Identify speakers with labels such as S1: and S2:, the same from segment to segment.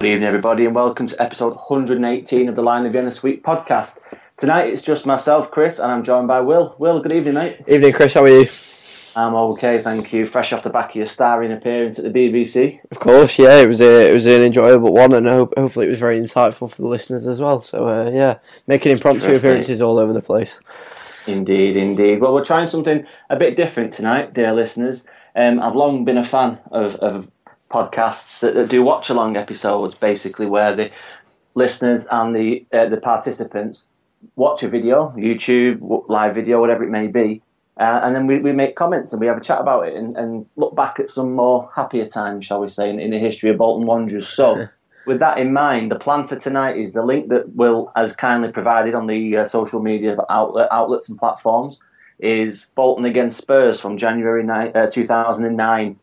S1: evening, everybody, and welcome to episode 118 of the Line of Vienna Suite podcast. Tonight it's just myself, Chris, and I'm joined by Will. Will, good evening, mate.
S2: Evening, Chris. How are you?
S1: I'm okay, thank you. Fresh off the back of your starring appearance at the BBC.
S2: Of course, yeah. It was a, it was an enjoyable one, and I hope, hopefully it was very insightful for the listeners as well. So uh, yeah, making impromptu
S1: Terrific.
S2: appearances all over the place.
S1: Indeed, indeed. Well, we're trying something a bit different tonight, dear listeners. Um, I've long been a fan of, of podcasts that, that do watch along episodes, basically, where the listeners and the uh, the participants watch a video, YouTube, w- live video, whatever it may be, uh, and then we, we make comments and we have a chat about it and, and look back at some more happier times, shall we say, in, in the history of Bolton Wanderers. So. With that in mind, the plan for tonight is the link that Will has kindly provided on the uh, social media outlet, outlets and platforms is Bolton against Spurs from January ni- uh, 2009.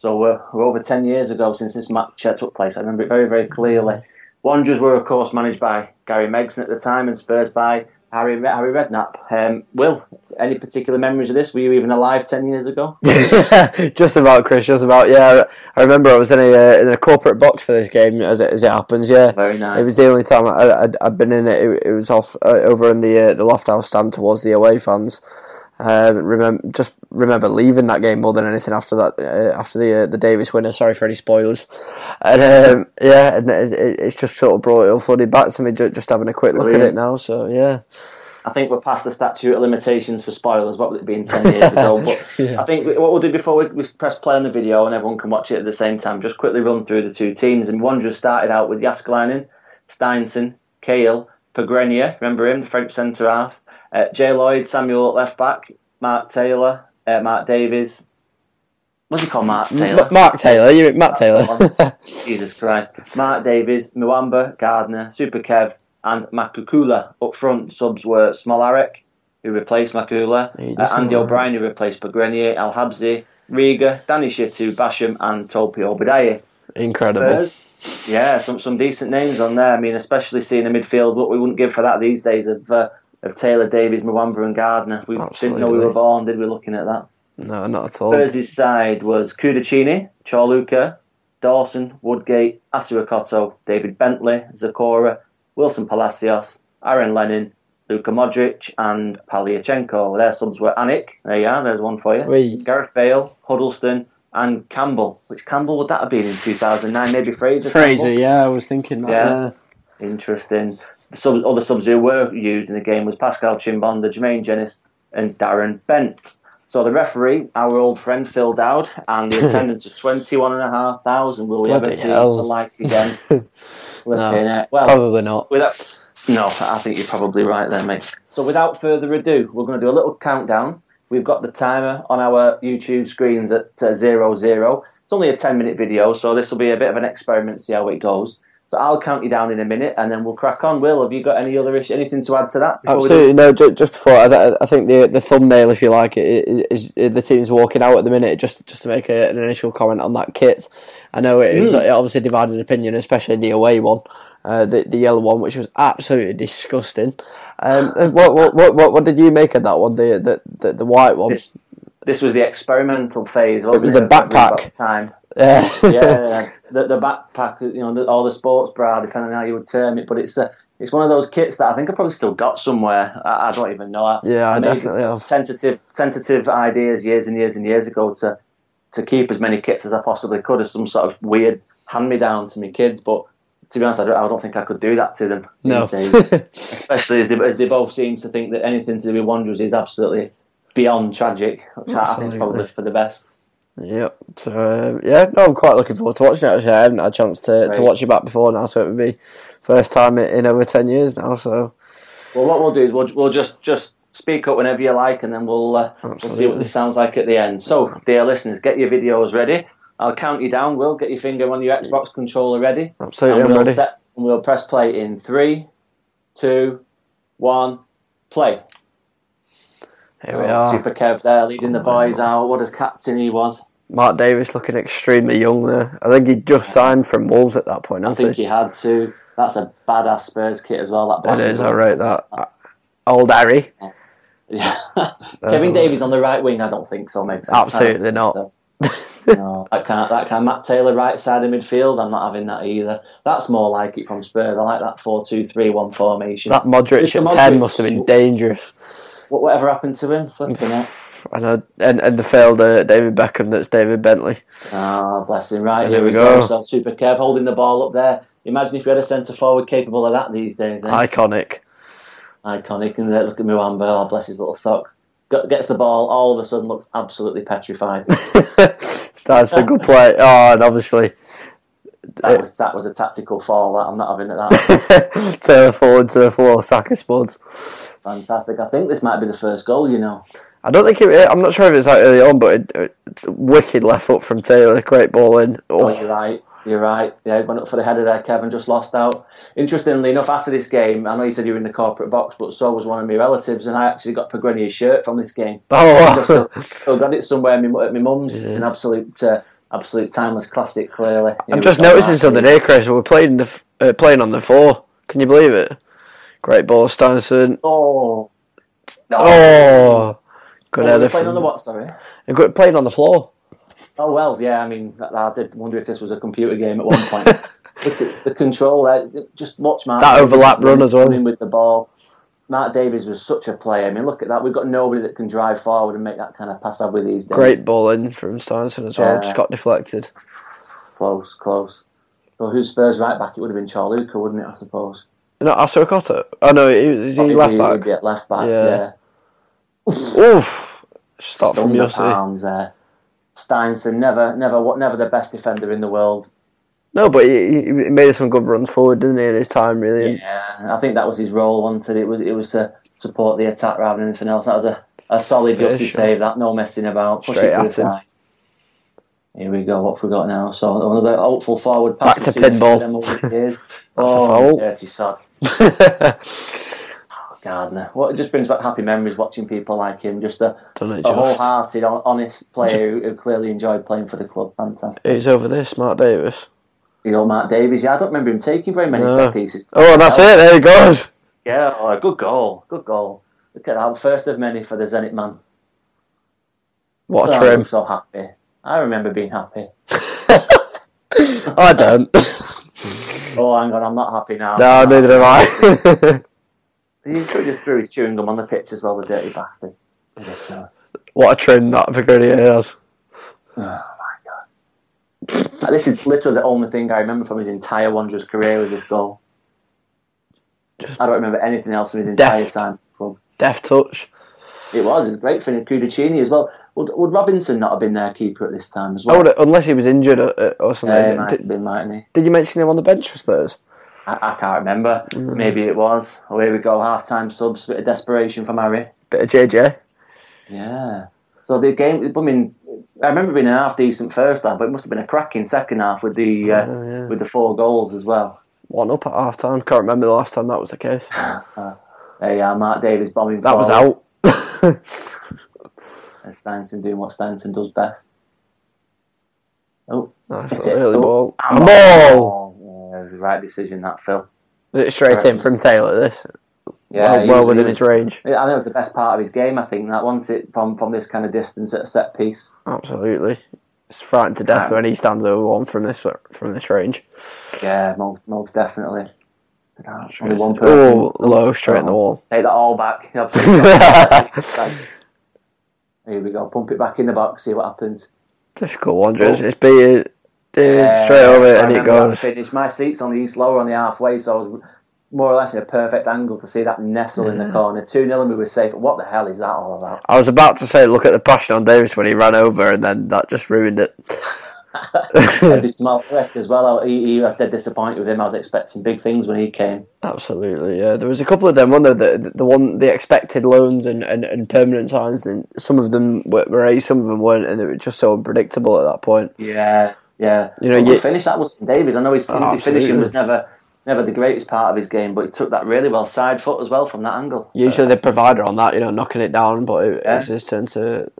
S1: So we're, we're over 10 years ago since this match uh, took place. I remember it very, very clearly. Wanderers were, of course, managed by Gary Megson at the time and Spurs by Harry, Harry Redknapp. Um, Will, any particular memories of this? Were you even alive 10 years ago?
S2: just about, Chris. Just about. Yeah, I remember I was in a uh, in a corporate box for this game, as it, as it happens. Yeah,
S1: Very nice.
S2: It was the only time I, I'd, I'd been in it. It, it was off uh, over in the uh, the loft house stand towards the away fans. Um, remember, just remember leaving that game more than anything after that. Uh, after the uh, the Davis winner, sorry for any spoilers. And um, yeah, and it, it, it's just sort of brought it all flooded back to me. Just, just having a quick look at
S1: Brilliant.
S2: it now. So yeah,
S1: I think we're past the statute of limitations for spoilers. What would it be in ten years ago? But I think we- what we'll do before we, we press play on the video and everyone can watch it at the same time, just quickly run through the two teams. And Wanderers started out with Jaskalainen, Steinson, Cahill, Pogrenia, remember him, the French centre half, uh, Jay Lloyd, Samuel at left back, Mark Taylor, uh, Mark Davies. What's he called, Mark Taylor?
S2: M- Mark Taylor, you Matt
S1: the
S2: Taylor.
S1: Jesus Christ. Mark Davies, Muamba, Gardner, Super Kev, and Makukula. Up front, subs were Smolarek, who replaced
S2: He
S1: Makula,
S2: does
S1: uh, Andy
S2: Smolarek.
S1: O'Brien, who replaced Pogrenier, Al Habzi, Riga, Danny Shitu, Basham, and Topi Obadiah.
S2: Incredible.
S1: Spurs, yeah, some some decent names on there. I mean, especially seeing a midfield, what we wouldn't give for that these days of uh, of Taylor, Davies, Muamba, and Gardner. We didn't know we
S2: Absolutely.
S1: were born, did we, looking at that?
S2: No, not at all.
S1: Spurs' side was Kudacini, Chorluka, Dawson, Woodgate, Asuakoto, David Bentley, Zakora, Wilson Palacios, Aaron Lennon, Luka Modric, and Paliachenko. Their subs were Anik, there you are, there's one for you.
S2: Wee.
S1: Gareth Bale, Huddleston, and Campbell. Which Campbell would that have been in 2009? Maybe Fraser.
S2: Fraser,
S1: Campbell?
S2: yeah, I was thinking that.
S1: Yeah.
S2: yeah.
S1: Interesting. The sub, other subs who were used in the game was Pascal Chimbonda, Jermaine Jenis, and Darren Bent. So the referee, our old friend Phil Dowd, and the attendance was 21,500. Will we ever
S2: Bloody
S1: see
S2: hell.
S1: the like again? Flipping heck. Well,
S2: Probably not.
S1: without, no, I think you're probably right there, mate. So without further ado, we're going to do a little countdown. We've got the timer on our YouTube screens at uh, zero zero. It's only a ten minute video, so this will be a bit of an experiment, see how it goes. So I'll count you down in a minute, and then we'll crack on. Will, have you got any other ish- anything to add to that? before we do-
S2: Absolutely no. Just, just before, I, I think the the thumbnail, if you like, it, is, is the team's walking out at the minute. Just just to make a, an initial comment on that kit. I know it,
S1: Hmm.
S2: was it obviously divided opinion, especially the away one, uh, the the yellow one, which was absolutely disgusting. Um, and what, what what what what did you make of that one? The the the, the white one.
S1: This, this was the experimental phase. Wasn't it
S2: was the
S1: of every
S2: backpack.
S1: box Time.
S2: Yeah.
S1: yeah, the, the backpack, you know, the, or the sports bra, depending on how you would term it. But it's a, it's one of those kits that I think I probably still got somewhere. I, I don't even know. I,
S2: Yeah, I
S1: made
S2: definitely have.
S1: tentative tentative ideas years and years and years ago to to keep as many kits as I possibly could as some sort of weird hand me down to my kids. But to be honest, I don't, I don't think I could do that to them.
S2: No.
S1: These days especially as they, as they both seem to think that anything to do with Wanderers is absolutely beyond tragic, which I- I think is
S2: Absolutely.
S1: probably for the best.
S2: Yep. So um, yeah, no, I'm quite looking forward to watching it. Actually, I haven't had a chance to,
S1: Right.
S2: to watch it back before now, so it would be first time in, in over ten years now. So
S1: Well, what we'll do is we'll, we'll just just speak up whenever you like, and then we'll uh, we'll see what
S2: Absolutely.
S1: this sounds like at the end. So, dear listeners, get your videos ready. I'll count you down. Will get your finger on your Xbox controller ready.
S2: absolutely,
S1: and
S2: I'm
S1: we'll
S2: ready.
S1: set and we'll press play in three, two, one, play.
S2: Here we are.
S1: Super Kev there leading the boys out. What a captain he was.
S2: Mark Davis looking extremely young there. I think he just signed from Wolves at that point.
S1: I think he had to. That's a badass Spurs kit as well. That
S2: It
S1: black
S2: is.
S1: one.
S2: I rate that. Uh, Old Harry. Um,
S1: Yeah.
S2: all
S1: Kevin
S2: right.
S1: Davies on the right wing. I don't think so. Makes sense.
S2: Absolutely
S1: I don't think so.
S2: not.
S1: no, that can't. That can't. Matt Taylor, right side of midfield. I'm not having that either. That's more like it from Spurs. I like that four-two-three-one formation.
S2: That Modric at
S1: Modric.
S2: ten must have been dangerous.
S1: What, whatever happened to him? Flipping it.
S2: I know, and and the failed uh, David Beckham. That's David Bentley.
S1: Ah, bless him. Right,
S2: There
S1: here
S2: we
S1: we go.
S2: go.
S1: So Super Kev holding the ball up there. Imagine if you had a centre forward capable of that these days. Eh?
S2: Iconic.
S1: Iconic. And there, look at Muamba. Oh, bless his little socks. Got, gets the ball. All of a sudden, looks absolutely petrified.
S2: Starts a good play. Oh, and obviously
S1: That was that was a tactical fall. That I'm not having it. That
S2: Taylor forward to the floor. Saka spuds.
S1: fantastic. I think this might be the first goal. You know.
S2: I don't think it. eh, I'm not sure if it's out early on, but it, it's a wicked left foot from Taylor. Great ball in.
S1: Oh,
S2: Oh,
S1: you're right. You're right. Yeah, went up for the header there, Kevin. Just lost out. Interestingly enough, after this game, I know you said you were in the corporate box, but so was one of my relatives, and I actually got Pagrini's shirt from this game. I've
S2: oh,
S1: still, still got it somewhere at my mu- at my mum's. It's an absolute, uh, absolute timeless classic. Clearly,
S2: I'm just noticing something here, Chris. We're playing the f- uh, playing on the four. Can you believe it? Great ball, Stanson.
S1: Oh,
S2: Oh, good
S1: Oh,
S2: header.
S1: we're playing on
S2: from-
S1: the what? Sorry.
S2: Uh, good- Playing on the floor.
S1: Oh well, yeah. I mean, I- I did wonder if this was a computer game at one point. Look at the control, there. just watch Mark.
S2: That
S1: Davies
S2: overlap run as well.
S1: running with the ball. Mark Davies was such a player. I mean, look at that. We've got nobody that can drive forward and make that kind of pass up with these days.
S2: Great ball in from Stanson as well.
S1: Yeah.
S2: Just got deflected.
S1: close, close. So who's Spurs right back? It would have been Charluka, wouldn't it? I suppose.
S2: No, Asokota. Oh no, he, was- he
S1: Probably
S2: left
S1: he
S2: back.
S1: would be at left back.
S2: Yeah.
S1: yeah.
S2: Oof. Stop from
S1: Stung the
S2: Yossi.
S1: palms there. Steinson, never, never, what, never the best defender in the world.
S2: No, but he, he he made some good runs forward, didn't he, in his time, really?
S1: Yeah, I think that was his role. Wanted it was it was to support the attack rather than anything else. That was a, a solid
S2: Yeah,
S1: gutsy
S2: sure.
S1: save. That no messing about. Push it
S2: Straight
S1: to the
S2: at him.
S1: side. Here we go. What have we got now? So another hopeful forward pass.
S2: Back to
S1: between
S2: pinball.
S1: them all it is.
S2: a
S1: oh,
S2: foul.
S1: dirty sod. Gardner. What it just brings back happy memories watching people like him. Just a,
S2: Done it
S1: a
S2: just.
S1: wholehearted, hon- honest player who, who clearly enjoyed playing for the club. Fantastic.
S2: It's over this, Mark Davis.
S1: The old Mark Davies. Yeah, I don't remember him taking very many
S2: No.
S1: set pieces.
S2: Oh, and that's it. There he goes.
S1: Yeah, oh, good goal. Good goal. Look at that. First of many for the Zenit man.
S2: What a
S1: Oh,
S2: trim.
S1: I'm so happy. I remember being happy.
S2: I don't.
S1: Oh, hang on, I'm not happy now.
S2: no, neither am I.
S1: He could just threw his chewing gum on the pitch as well, the dirty bastard. Ridiculous.
S2: what a trim that Vigrinia has.
S1: Like, This is literally the only thing I remember from his entire Wanderers career was this goal. I don't remember anything else from his entire
S2: Death.
S1: time. at the club.
S2: Deft touch.
S1: It was. It was great for Kudicini as well. Would, would Robinson not have been their keeper at this time as
S2: I
S1: well?
S2: would, unless he was injured or, or something.
S1: Yeah, he might have
S2: did,
S1: been, mightn't he?
S2: did you mention him on the bench for Spurs?
S1: I, I can't remember.
S2: Mm.
S1: Maybe it was. Oh, here we go. Half time subs. Bit of desperation from Harry.
S2: Bit of JJ.
S1: Yeah. So the game. I mean, I remember it being a half decent first half, but it must have been a cracking second half with the uh,
S2: Oh, yeah.
S1: with the four goals as well.
S2: One up at half time. Can't remember the last time that was the case.
S1: There you are, uh, Mark Davies bombing.
S2: That was
S1: forward,
S2: out.
S1: And Steinson doing what Steinson does best. Oh,
S2: Nice
S1: That's
S2: little
S1: it.
S2: early
S1: Oh,
S2: ball.
S1: I'm
S2: A ball!
S1: Oh, yeah, it was the right decision that Phil.
S2: It's straight in from Taylor, this. well
S1: he was-
S2: Oh, well
S1: he
S2: within
S1: was-
S2: his range.
S1: I think it was the best part of his game. I think that once it from from this kind of distance at a set piece.
S2: Absolutely. It's frightened to death
S1: Yeah.
S2: when he stands over one from this from this range.
S1: Yeah, most most definitely. Only one person.
S2: Oh, low, straight in the wall.
S1: Take that all back. Here we go. Pump it back in the box. See what happens.
S2: Difficult one, just it's beat it, yeah, straight
S1: Oh. Yeah,
S2: over
S1: so I
S2: it, and it
S1: remember that
S2: goes.
S1: Finish. My seat's on the east lower on the halfway, so I was more or less in a perfect angle to see that nestle in the corner. Two 0 and we were safe. What the hell is that all about?
S2: I was about to say, look at the passion on Davis when he ran over, and then that just ruined it.
S1: Eddie Small wreck as well. I- He, he, I was dead disappointed with him. I was expecting big things when he came.
S2: Absolutely, yeah. There was a couple of them, one of the the one the expected loans and, and, and permanent signs, and some of them were, were eight, some of them weren't, and they were just so unpredictable at that point.
S1: Yeah, yeah.
S2: You know,
S1: But
S2: you-
S1: good finish that was Davies. I know his,
S2: Oh,
S1: his finishing
S2: absolutely.
S1: was never never the greatest part of his game, but he took that really well side foot as well from that angle. Uh,
S2: Usually the provider on that, you know, knocking it down, but it, it was his turn to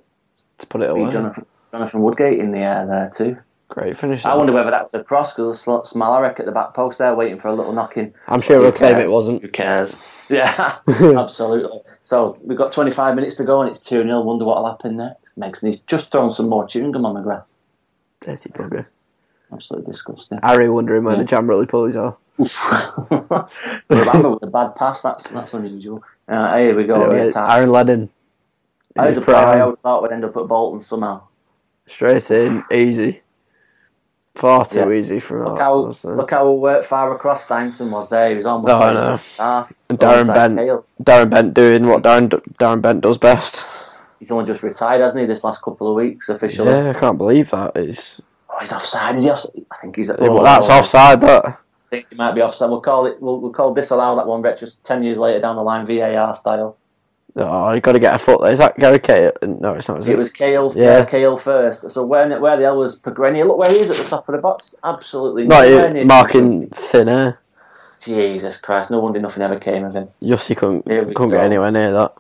S2: to put it away.
S1: Beat Jonathan, Jonathan Woodgate in the air there too.
S2: Great finish.
S1: I
S2: though.
S1: wonder whether that was a cross because Smalarek at the back post there waiting for a little knocking.
S2: I'm sure we'll claim it
S1: cares?
S2: wasn't.
S1: Who cares? Yeah, absolutely. So we've got 25 minutes to go and it's 2 0. Wonder what'll happen next. Megson, he's just thrown some more chewing gum on the grass.
S2: Dirty bugger.
S1: Absolutely disgusting.
S2: Harry wondering where the
S1: Hmm.
S2: jam really pulleys are.
S1: Remember with a bad pass, that's that's unusual. Uh, here we go.
S2: Anyway,
S1: the attack.
S2: Aaron Lennon. in
S1: That is a
S2: his
S1: player I
S2: prime.
S1: always thought would end up at Bolton somehow.
S2: Straight in, easy. Far too
S1: Yeah.
S2: easy for
S1: Look
S2: that,
S1: how
S2: honestly.
S1: look how uh, far across Steinson was there. He was almost. Ah,
S2: Oh, I know.
S1: half.
S2: And Darren
S1: Alongside
S2: Bent.
S1: Hale.
S2: Darren Bent doing what Darren Darren Bent does best.
S1: He's only just retired, hasn't he? This last couple of weeks officially.
S2: Yeah, I can't believe that. It's,
S1: Oh, he's offside. Is he offside? I think he's.
S2: yeah,
S1: oh,
S2: but that's
S1: I
S2: offside. That
S1: think he might be offside. We'll call it. We'll, we'll call disallow that one. Retro ten years later down the line, VAR style.
S2: oh, you got to get a foot there. Is that Gary Kate? No, it's not. Is it?
S1: It was Kale.
S2: Yeah.
S1: Yeah, Kale first. So where where the hell was Pagrenny? Look where he is at the top of the box. Absolutely
S2: not
S1: nowhere
S2: it,
S1: near-
S2: marking thin air.
S1: Jesus Christ! No wonder nothing ever came of him.
S2: Yossi couldn't
S1: Here we
S2: couldn't
S1: go.
S2: get anywhere near that.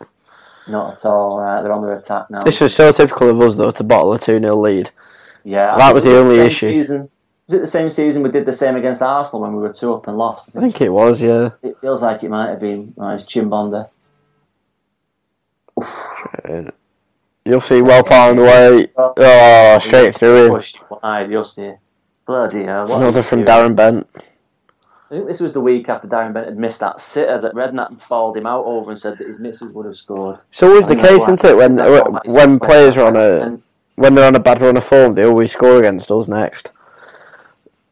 S1: Not at all. Uh, they're on their attack now.
S2: This was so typical of us though to bottle a two 0 lead.
S1: Yeah,
S2: That
S1: I
S2: was
S1: think
S2: the
S1: it
S2: only
S1: same
S2: issue.
S1: Season, was it the same season we did the same against Arsenal when we were two up and lost?
S2: I think it was. Yeah,
S1: It feels like it might have been right, it's Chimbonda.
S2: Yossi well pounded away. Oh, straight through him.
S1: Pushed wide, you'll see. Bloody hell. what
S2: Another
S1: a
S2: from
S1: series.
S2: Darren Bent.
S1: I think this was the week after Darren Bent had missed that sitter that Redknapp balled him out over and said that his missus would have scored.
S2: It's always the
S1: And that's
S2: case,
S1: why-
S2: isn't it? When
S1: that's why it's-
S2: when players are on a
S1: And,
S2: when they're on a bad run of form, they always score against us next.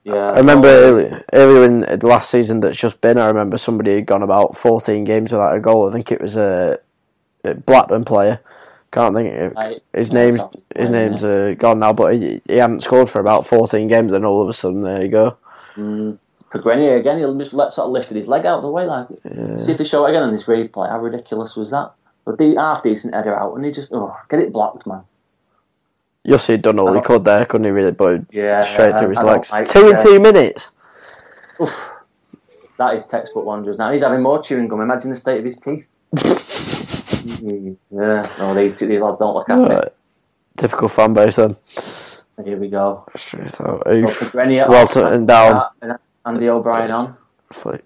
S1: Oh, yeah,
S2: I remember earlier, earlier in the last season that's just been, I remember somebody had gone about 14 games without a goal. I think it was a, a Blackburn player. Can't think of
S1: Right.
S2: his
S1: Yeah,
S2: name's
S1: sounds
S2: his
S1: familiar.
S2: name's uh, gone now, but he, he hadn't scored for about 14 games. Then all of a sudden, there you go.
S1: Mm, Pagrenier again, he'll just let, sort of lifted his leg out of the way. like
S2: Uh,
S1: See if they show it again on this replay. How ridiculous was that? But the half decent header out, and he just, oh, get it blocked, man.
S2: Yossi had done all he could there, couldn't he? Really, but
S1: Yeah,
S2: straight through his
S1: I don't
S2: legs.
S1: like-
S2: two and
S1: yeah.
S2: two minutes.
S1: Oof. That is textbook Wanderers now. He's having more chewing gum. Imagine the state of his teeth. yeah, no, these two these lads don't look happy.
S2: Right. Typical fan base then.
S1: Here we go.
S2: Straight out.
S1: So
S2: Oof.
S1: Pagrenia
S2: Walton
S1: off,
S2: and down.
S1: Uh, and Andy O'Brien on.
S2: Flick.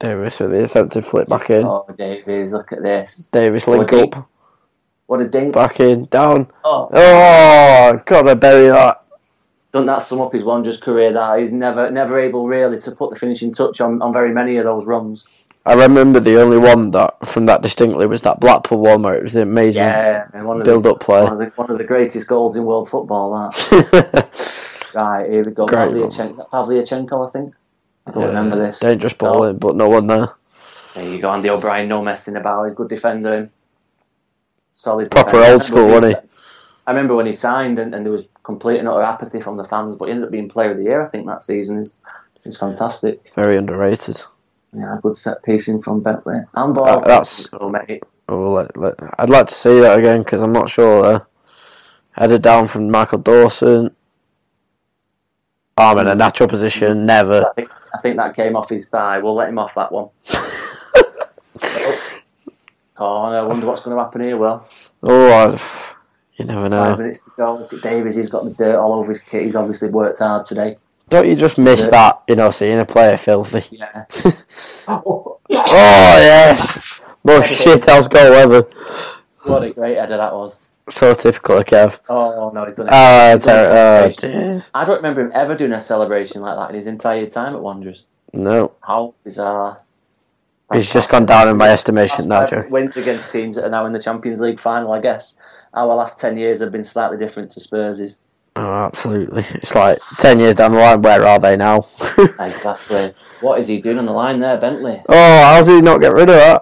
S2: Davis with the attempted flip back in.
S1: Oh, Davies, look at this.
S2: Davis link
S1: Woody.
S2: up,
S1: What a dink.
S2: back in, down.
S1: Oh,
S2: Oh, gotta bury that.
S1: doesn't that sum up his Wanderers career? That he's never never able really to put the finishing touch on, on very many of those runs.
S2: I remember the only one that from that distinctly was that Blackpool one where it was amazing.
S1: Yeah, and one of
S2: Build
S1: the,
S2: up play.
S1: One of, the, one of the greatest goals in world football. That. Right, here we go.
S2: Great
S1: Pavlyuchenko, Pavlyuchenko, I think. I don't remember this.
S2: Uh,
S1: Oh,
S2: Dangerous ball in, but no one there.
S1: There you go, Andy O'Brien, no messing about. He's a good defender. Him. Solid.
S2: Proper
S1: defender.
S2: old
S1: I
S2: school,
S1: remember when
S2: wasn't
S1: I remember when he signed, and, and there was complete and utter apathy from the fans, but he ended up being player of the year, I think, that season. Is is fantastic.
S2: Very underrated.
S1: Yeah, good set piecing from Bentley. And
S2: Uh,
S1: ball.
S2: that's-
S1: so many.
S2: Oh, let, let, I'd like to see that again because I'm not sure. Uh, headed down from Michael Dawson. Arm in a natural
S1: Mm.
S2: position, never.
S1: I think, I think that came off his thigh. We'll let him off that one. oh, no, I wonder what's going to happen here, Well.
S2: Oh, I, you never
S1: Five
S2: know.
S1: minutes to go. Look at Davies. He's got the dirt all over his kit. He's obviously worked hard today.
S2: Don't you just miss that, you know, seeing a player filthy?
S1: Yeah.
S2: Oh yes, most shit house goal ever.
S1: what a great header that was.
S2: So typical of Kev.
S1: Oh no, he's done it.
S2: Ah, it's our- oh, dear.
S1: I don't remember him ever doing a celebration like that in his entire time at Wanderers.
S2: no,
S1: How bizarre!
S2: he's just gone down in my estimation. No
S1: That's why
S2: joke.
S1: wins against teams that are now in the Champions League final. I guess our last ten years have been slightly different to Spurs's.
S2: Oh, absolutely. It's like ten years down the line. Where are they now? oh,
S1: Exactly. what is he doing on the line there, Bentley?
S2: how's Oh, he not get rid of that?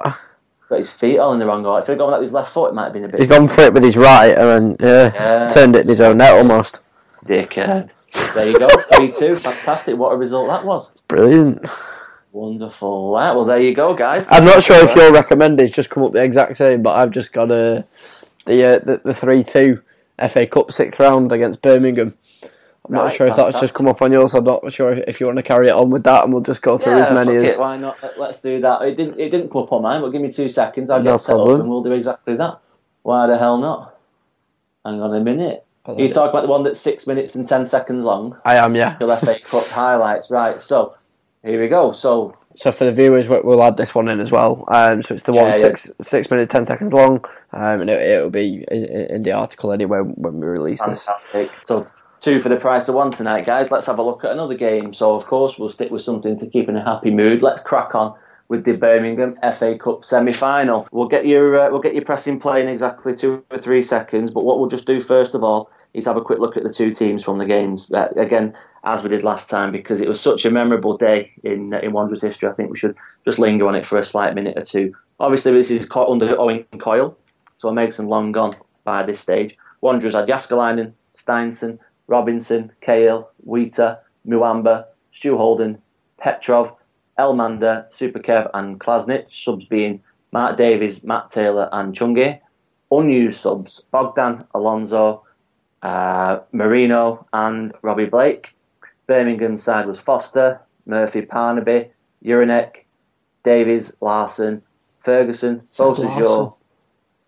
S1: Got his feet all in the wrong order. If he'd gone with his left foot, it might have been a bit.
S2: He's gone for it with his right and then yeah,
S1: Yeah.
S2: turned it in his own net almost.
S1: Dickhead. There you go. 3 2. Fantastic. What a result that was.
S2: Brilliant.
S1: Wonderful. Right. Well, there you go, guys.
S2: I'm not sure if your recommend is just come up the exact same, but I've just got a the uh, the, the three two FA Cup sixth round against Birmingham. I'm not
S1: Right,
S2: sure if that's
S1: fantastic.
S2: just come up on yours. I'm not sure if, if you want to carry it on with that, and we'll just go through
S1: Yeah,
S2: as many
S1: fuck
S2: as.
S1: it, why not? Let- Let's do that. It didn't. It didn't come up on mine, but give me two seconds. I'll
S2: No
S1: get set
S2: problem.
S1: up and we'll do exactly that. Why the hell not? Hang on a minute.
S2: I like
S1: You
S2: it.
S1: talk about the one that's six minutes and ten seconds long.
S2: I am, yeah.
S1: The FA Cup highlights. Right. So here we go. So
S2: So for the viewers, we- we'll add this one in as well. Um, so it's the one
S1: Yeah, yeah.
S2: six six minutes ten seconds long, um, and it, it'll be in, in the article anyway when we release this.
S1: fantastic. So two for the price of one tonight, guys. Let's have a look at another game. So, of course, we'll stick with something to keep in a happy mood. Let's crack on with the Birmingham FA Cup semi-final. We'll get your uh, we'll get your pressing play in exactly two or three seconds. But what we'll just do first of all is have a quick look at the two teams from the games uh, again, as we did last time, because it was such a memorable day in uh, in Wanderers history. I think we should just linger on it for a slight minute or two. Obviously, this is co- under Owen Coyle, so Megson long gone by this stage. Wanderers had Jaskalainen, Steinson, Robinson, Kale, Wheater, Muamba, Stu Holden, Petrov, Elmander, Superkev, and Klasnich. Subs being Mark Davies, Matt Taylor, and Chungi. Unused subs Bogdan, Alonso, uh, Marino, and Robbie Blake. Birmingham side was Foster, Murphy, Parnaby, Uranek, Davies, Larson, Ferguson, Bosajour,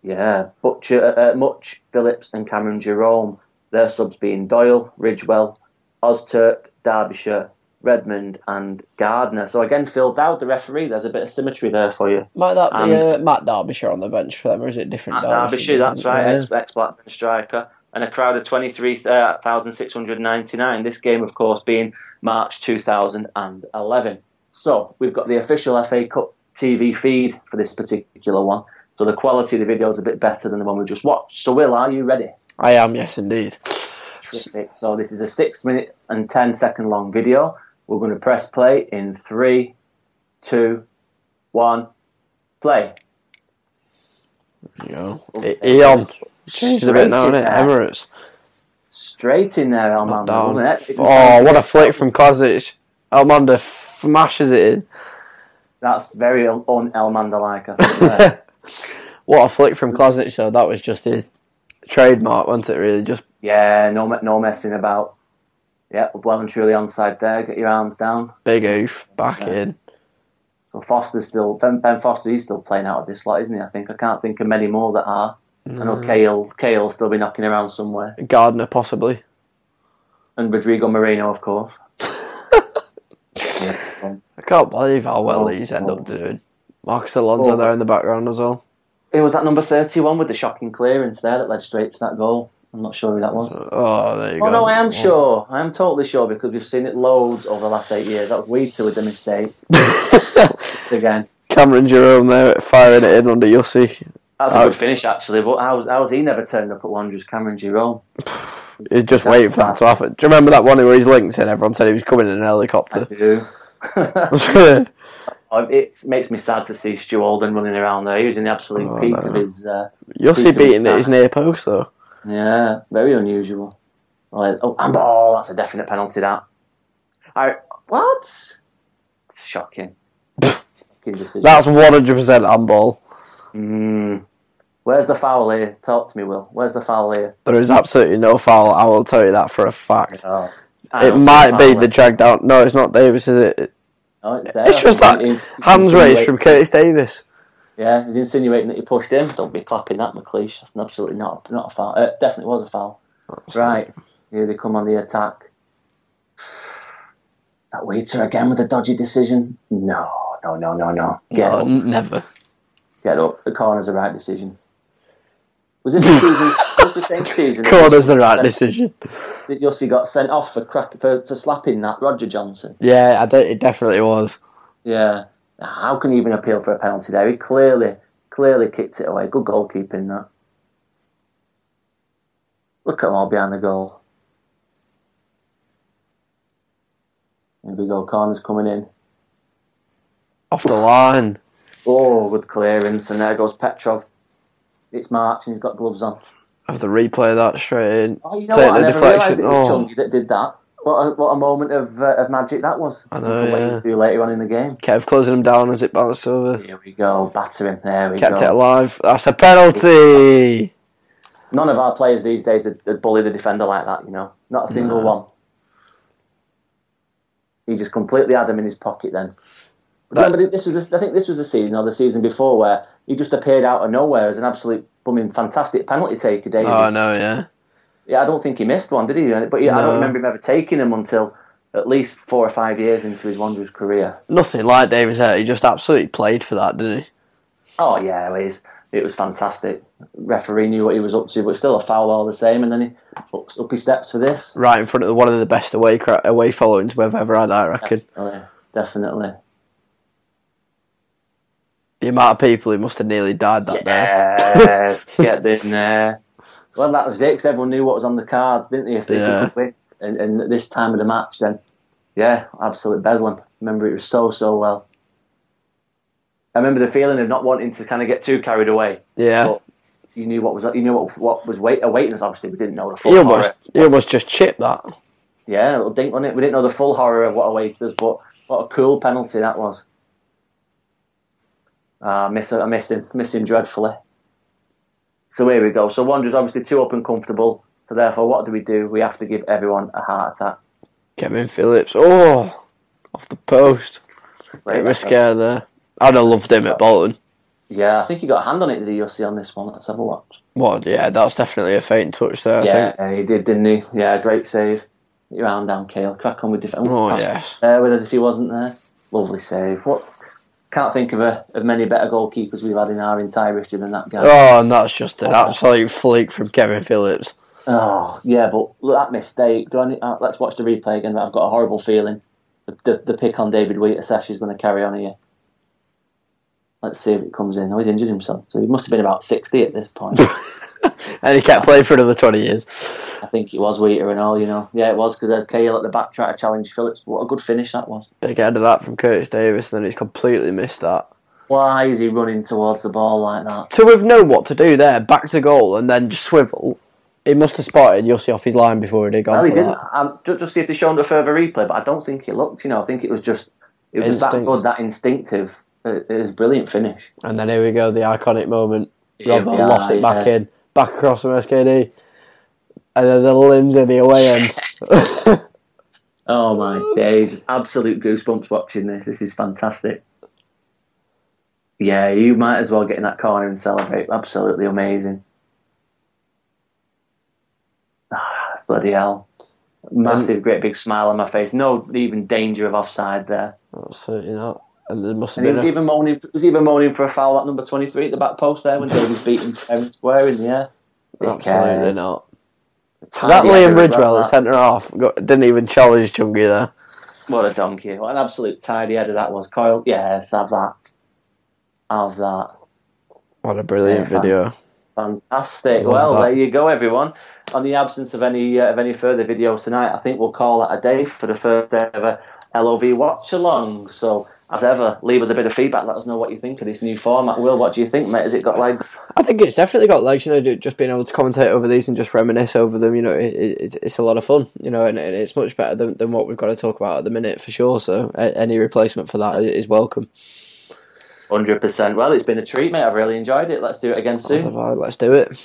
S1: yeah, Butcher, uh, Much, Phillips, and Cameron Jerome. Their subs being Doyle, Ridgewell, Ozturk, Derbyshire, Redmond and Gardner. So again, Phil Dowd, the referee, there's a bit of symmetry there for you.
S2: Might that be uh, Matt Derbyshire on the bench for them, or is it different?
S1: Matt Derbyshire, that's right, yeah. ex Blackburn striker, and a crowd of uh, 23,699. This game, of course, being March 2011. So we've got the official FA Cup TV feed for this particular one. So the quality of the video is a bit better than the one we just watched. So, Will, are you ready?
S2: I am, yes, indeed.
S1: So this is a six minutes and ten second long video. We're going to press play in three, two, one, play.
S2: Yeah.
S1: Oh,
S2: Eon. Changed a bit now, isn't it? Emirates.
S1: Straight in there, Elmander.
S2: Oh, what a flick from Kozic. Elmander smashes it in.
S1: That's very un Elmander like, I think.
S2: what a flick from Kozic, though. That was just his trademark, wasn't it, really? Just
S1: yeah, no, no messing about. Yeah, well and truly onside there. Get your arms down.
S2: Big oof, back okay. in.
S1: So Foster's still Ben, Foster. He's still playing out of this lot, isn't he? I think I can't think of many more that are. No. I
S2: Mm.
S1: know Kale. Kale still be knocking around somewhere.
S2: Gardner possibly.
S1: And Rodrigo Moreno, of course. um,
S2: yeah. I can't believe how well oh, these end oh. up doing. Marcus Alonso oh. there in the background as well.
S1: It was at number thirty-one with the shocking clearance there that led straight to that goal. I'm not sure who that was.
S2: Oh, there you
S1: oh,
S2: go.
S1: no, I am sure. I am totally sure because we've seen it loads over the last eight years. That was Weeter with the mistake. Again.
S2: Cameron Jerome there firing it in under Yossi.
S1: That's oh. a good finish, actually. But how's, how's he never turned up at Wanderers, Cameron Jerome?
S2: He'd just wait for that to happen. Do you remember that one where he's linked and everyone said he was coming in an helicopter?
S1: I do. Um, it makes me sad to see Stu Alden running around there. He was in the absolute oh, peak no. of his. Uh,
S2: Yossi beating at his near post, though.
S1: Yeah, very unusual. Like, oh, and ball, that's a definite penalty, that. I, what? Shocking. Shocking decision.
S2: That's 100% handball.
S1: Mm. Where's the foul here? Talk to me, Will. Where's the foul here?
S2: There is absolutely no foul. I will tell you that for a fact. No. It might be the drag down. No, it's not Davis, is it?
S1: No, it's,
S2: it's just that in, hands raised from Curtis Davis.
S1: Yeah, he's insinuating that he pushed him. Don't be clapping that, McLeish. That's absolutely not not a foul. Uh, definitely was a foul. Absolutely. Right, here they come on the attack. That waiter again with a dodgy decision. No, no, no, no, no.
S2: Get no, up. never.
S1: Get up. The corner's the right decision. Was this the season? was the same season?
S2: Corner's the right decision.
S1: That Yossi got sent off for crack for, for slapping that Roger Johnson.
S2: Yeah, I don't, it definitely was.
S1: Yeah. How can he even appeal for a penalty there? He clearly, clearly kicked it away. Good goalkeeping, that. Look at him all behind the goal. Here we go, corner's coming in.
S2: Off the line.
S1: Oh, good clearance. And there goes Petrov. It's March and he's got gloves on.
S2: Have the replay that straight in.
S1: Oh, you know Take what? I never realised it was oh. Chunky that did that. What a, what a moment of uh, of magic that was.
S2: I know. Yeah.
S1: do later on in the game.
S2: Kev closing him down as it bounced over.
S1: Here we go, battering. There we
S2: Kept
S1: go.
S2: Kept it alive. That's a penalty.
S1: None of our players these days would, would bully the defender like that. You know, not a single no. one. He just completely had him in his pocket. Then that, remember, this was the, I think this was the season or the season before where he just appeared out of nowhere as an absolute bumming fantastic penalty taker. David.
S2: Oh no, yeah
S1: yeah, I don't think he missed one, did he? But yeah, no. I don't remember him ever taking them until at least four or five years into his Wanderers career.
S2: Nothing like David He just absolutely played for that, didn't he?
S1: Oh yeah, it was it was fantastic. Referee knew what he was up to, but still a foul all the same. And then he ups, up he steps for this.
S2: Right in front of the, one of the best away cra- away followings we've ever had, I reckon.
S1: Definitely, definitely.
S2: The amount of people who must have nearly died that day.
S1: Yeah, get in there. Well, that was it 'cause everyone knew what was on the cards, didn't they? If they
S2: Yeah.
S1: could win, and, and at this time of the match, then yeah, absolute bedlam. Remember, it was so so well. I remember the feeling of not wanting to kind of get too carried away.
S2: Yeah.
S1: But you knew what was you knew what what was wait, awaiting us. Obviously, we didn't know the full
S2: He
S1: horror.
S2: almost, he almost just chipped that.
S1: Yeah, a little dink on it. We didn't know the full horror of what awaited us, but what a cool penalty that was. Ah, I miss I miss him, miss him dreadfully. So here we go. So Wanderers obviously too up and comfortable. So therefore, what do we do? We have to give everyone a heart attack.
S2: Kevin Phillips. Oh, off the post.
S1: Right,
S2: it was scare there. I'd have loved him at Bolton.
S1: Yeah, I think he got a hand on it. Did he? You'll see on this one. Let's have a watch.
S2: Well, yeah, that's definitely a faint touch there. I
S1: yeah,
S2: think.
S1: uh, he did, didn't he? Yeah, great save. Your arm down, Kale. Crack on with defence.
S2: Oh yes.
S1: there uh, with us if he wasn't there. Lovely save. What can't think of a of many better goalkeepers we've had in our entire history than that guy.
S2: Oh, and that's just an absolute fluke from Kevin Phillips.
S1: Oh yeah, but look, that mistake. Do I need, uh, let's watch the replay again. I've got a horrible feeling the the, the pick on David Wheat is going to carry on here. Let's see if it comes in. Oh, he's injured himself, so he must have been about sixty at this point.
S2: And he kept playing for another twenty years.
S1: I think it was Wheater and all, you know. Yeah, it was because there's Kale at the back trying to challenge Phillips. What a good finish that was.
S2: Big head of that from Curtis Davis, and then he's completely missed that.
S1: Why is he running towards the ball like that?
S2: To have known what to do there, back to goal, and then just swivel. He must have spotted Yossi off his line before he did go.
S1: No, he
S2: for
S1: didn't.
S2: that.
S1: Um, ju- just see if they showed a further replay, but I don't think it looked. You know, I think it was just it was just that
S2: Instinct.
S1: good, that instinctive. It, it was a brilliant finish.
S2: And then here we go, the iconic moment. Robbo
S1: yeah,
S2: lofts it back
S1: yeah.
S2: in, back across from SKD, and then the limbs in the away end.
S1: Oh my days! Absolute goosebumps watching this. This is fantastic. Yeah, you might as well get in that corner and celebrate. Absolutely amazing. Ah, bloody hell! Massive, great big smile on my face. No even danger of offside there.
S2: Absolutely not. And there must have
S1: And he was
S2: been. A,
S1: even moaning. He was even moaning for a foul at number twenty three at the back post there when Davies beat him fair and square in the air.
S2: absolutely
S1: Yeah.
S2: not.
S1: Tidy
S2: That Liam
S1: header as well,
S2: Ridgewell, the
S1: that.
S2: centre half, got, didn't even challenge Chungi there.
S1: What a donkey! What an absolute tidy header that was. Coil, yes, have that, have that.
S2: What a brilliant
S1: Yeah,
S2: video.
S1: Fantastic.
S2: Love
S1: well,
S2: that.
S1: there you go, everyone. On the absence of any uh, of any further videos tonight, I think we'll call that a day for the first ever LOB watch along. So, as ever, leave us a bit of feedback. Let us know what you think of this new format. Will, what do you think, mate? Has it got legs?
S2: I think it's definitely got legs, you know, ju- just being able to commentate over these and just reminisce over them, you know, it, it, it's a lot of fun, you know, and, and it's much better than, than what we've got to talk about at the minute for sure. So a, any replacement for that i- is welcome.
S1: Hundred percent. Well, it's been a treat, mate. I've really enjoyed it. Let's do it again soon.
S2: So, right, let's do it.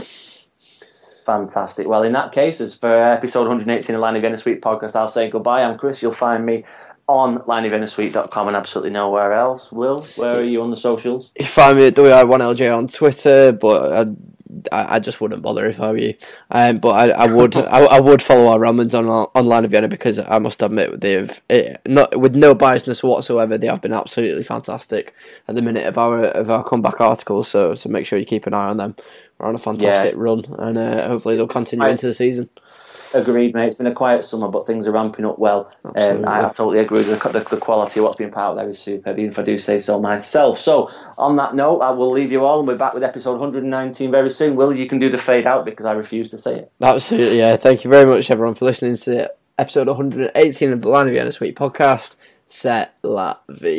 S1: Fantastic. Well, in that case, as for episode 118 of Line Event and Suite podcast, I'll say goodbye. I'm Chris. You'll find me on lineeventandsuite.com and absolutely nowhere else. Will, where are you on the socials?
S2: You find me at WI1LJ on Twitter, but I, I, I just wouldn't bother if I were you. Um, but I, I would, I, I would follow our ramblings on online of Vienna because I must admit they've eh, not with no biasness whatsoever. They have been absolutely fantastic at the minute of our of our comeback articles. So so make sure you keep an eye on them. We're on a fantastic run, and uh, hopefully they'll continue
S1: I-
S2: into the season.
S1: Agreed, mate. It's been a quiet summer, but things are ramping up well. Um,
S2: Absolutely.
S1: I absolutely agree. The, the, the quality of what's being put out there is superb, even if I do say so myself. So, on that note, I will leave you all, and we're back with episode 119 very soon. Will, you can do the fade out because I refuse to say it.
S2: Absolutely, yeah. Thank you very much, everyone, for listening to episode 118 of the Line of Vienna Suite podcast. Set la vie.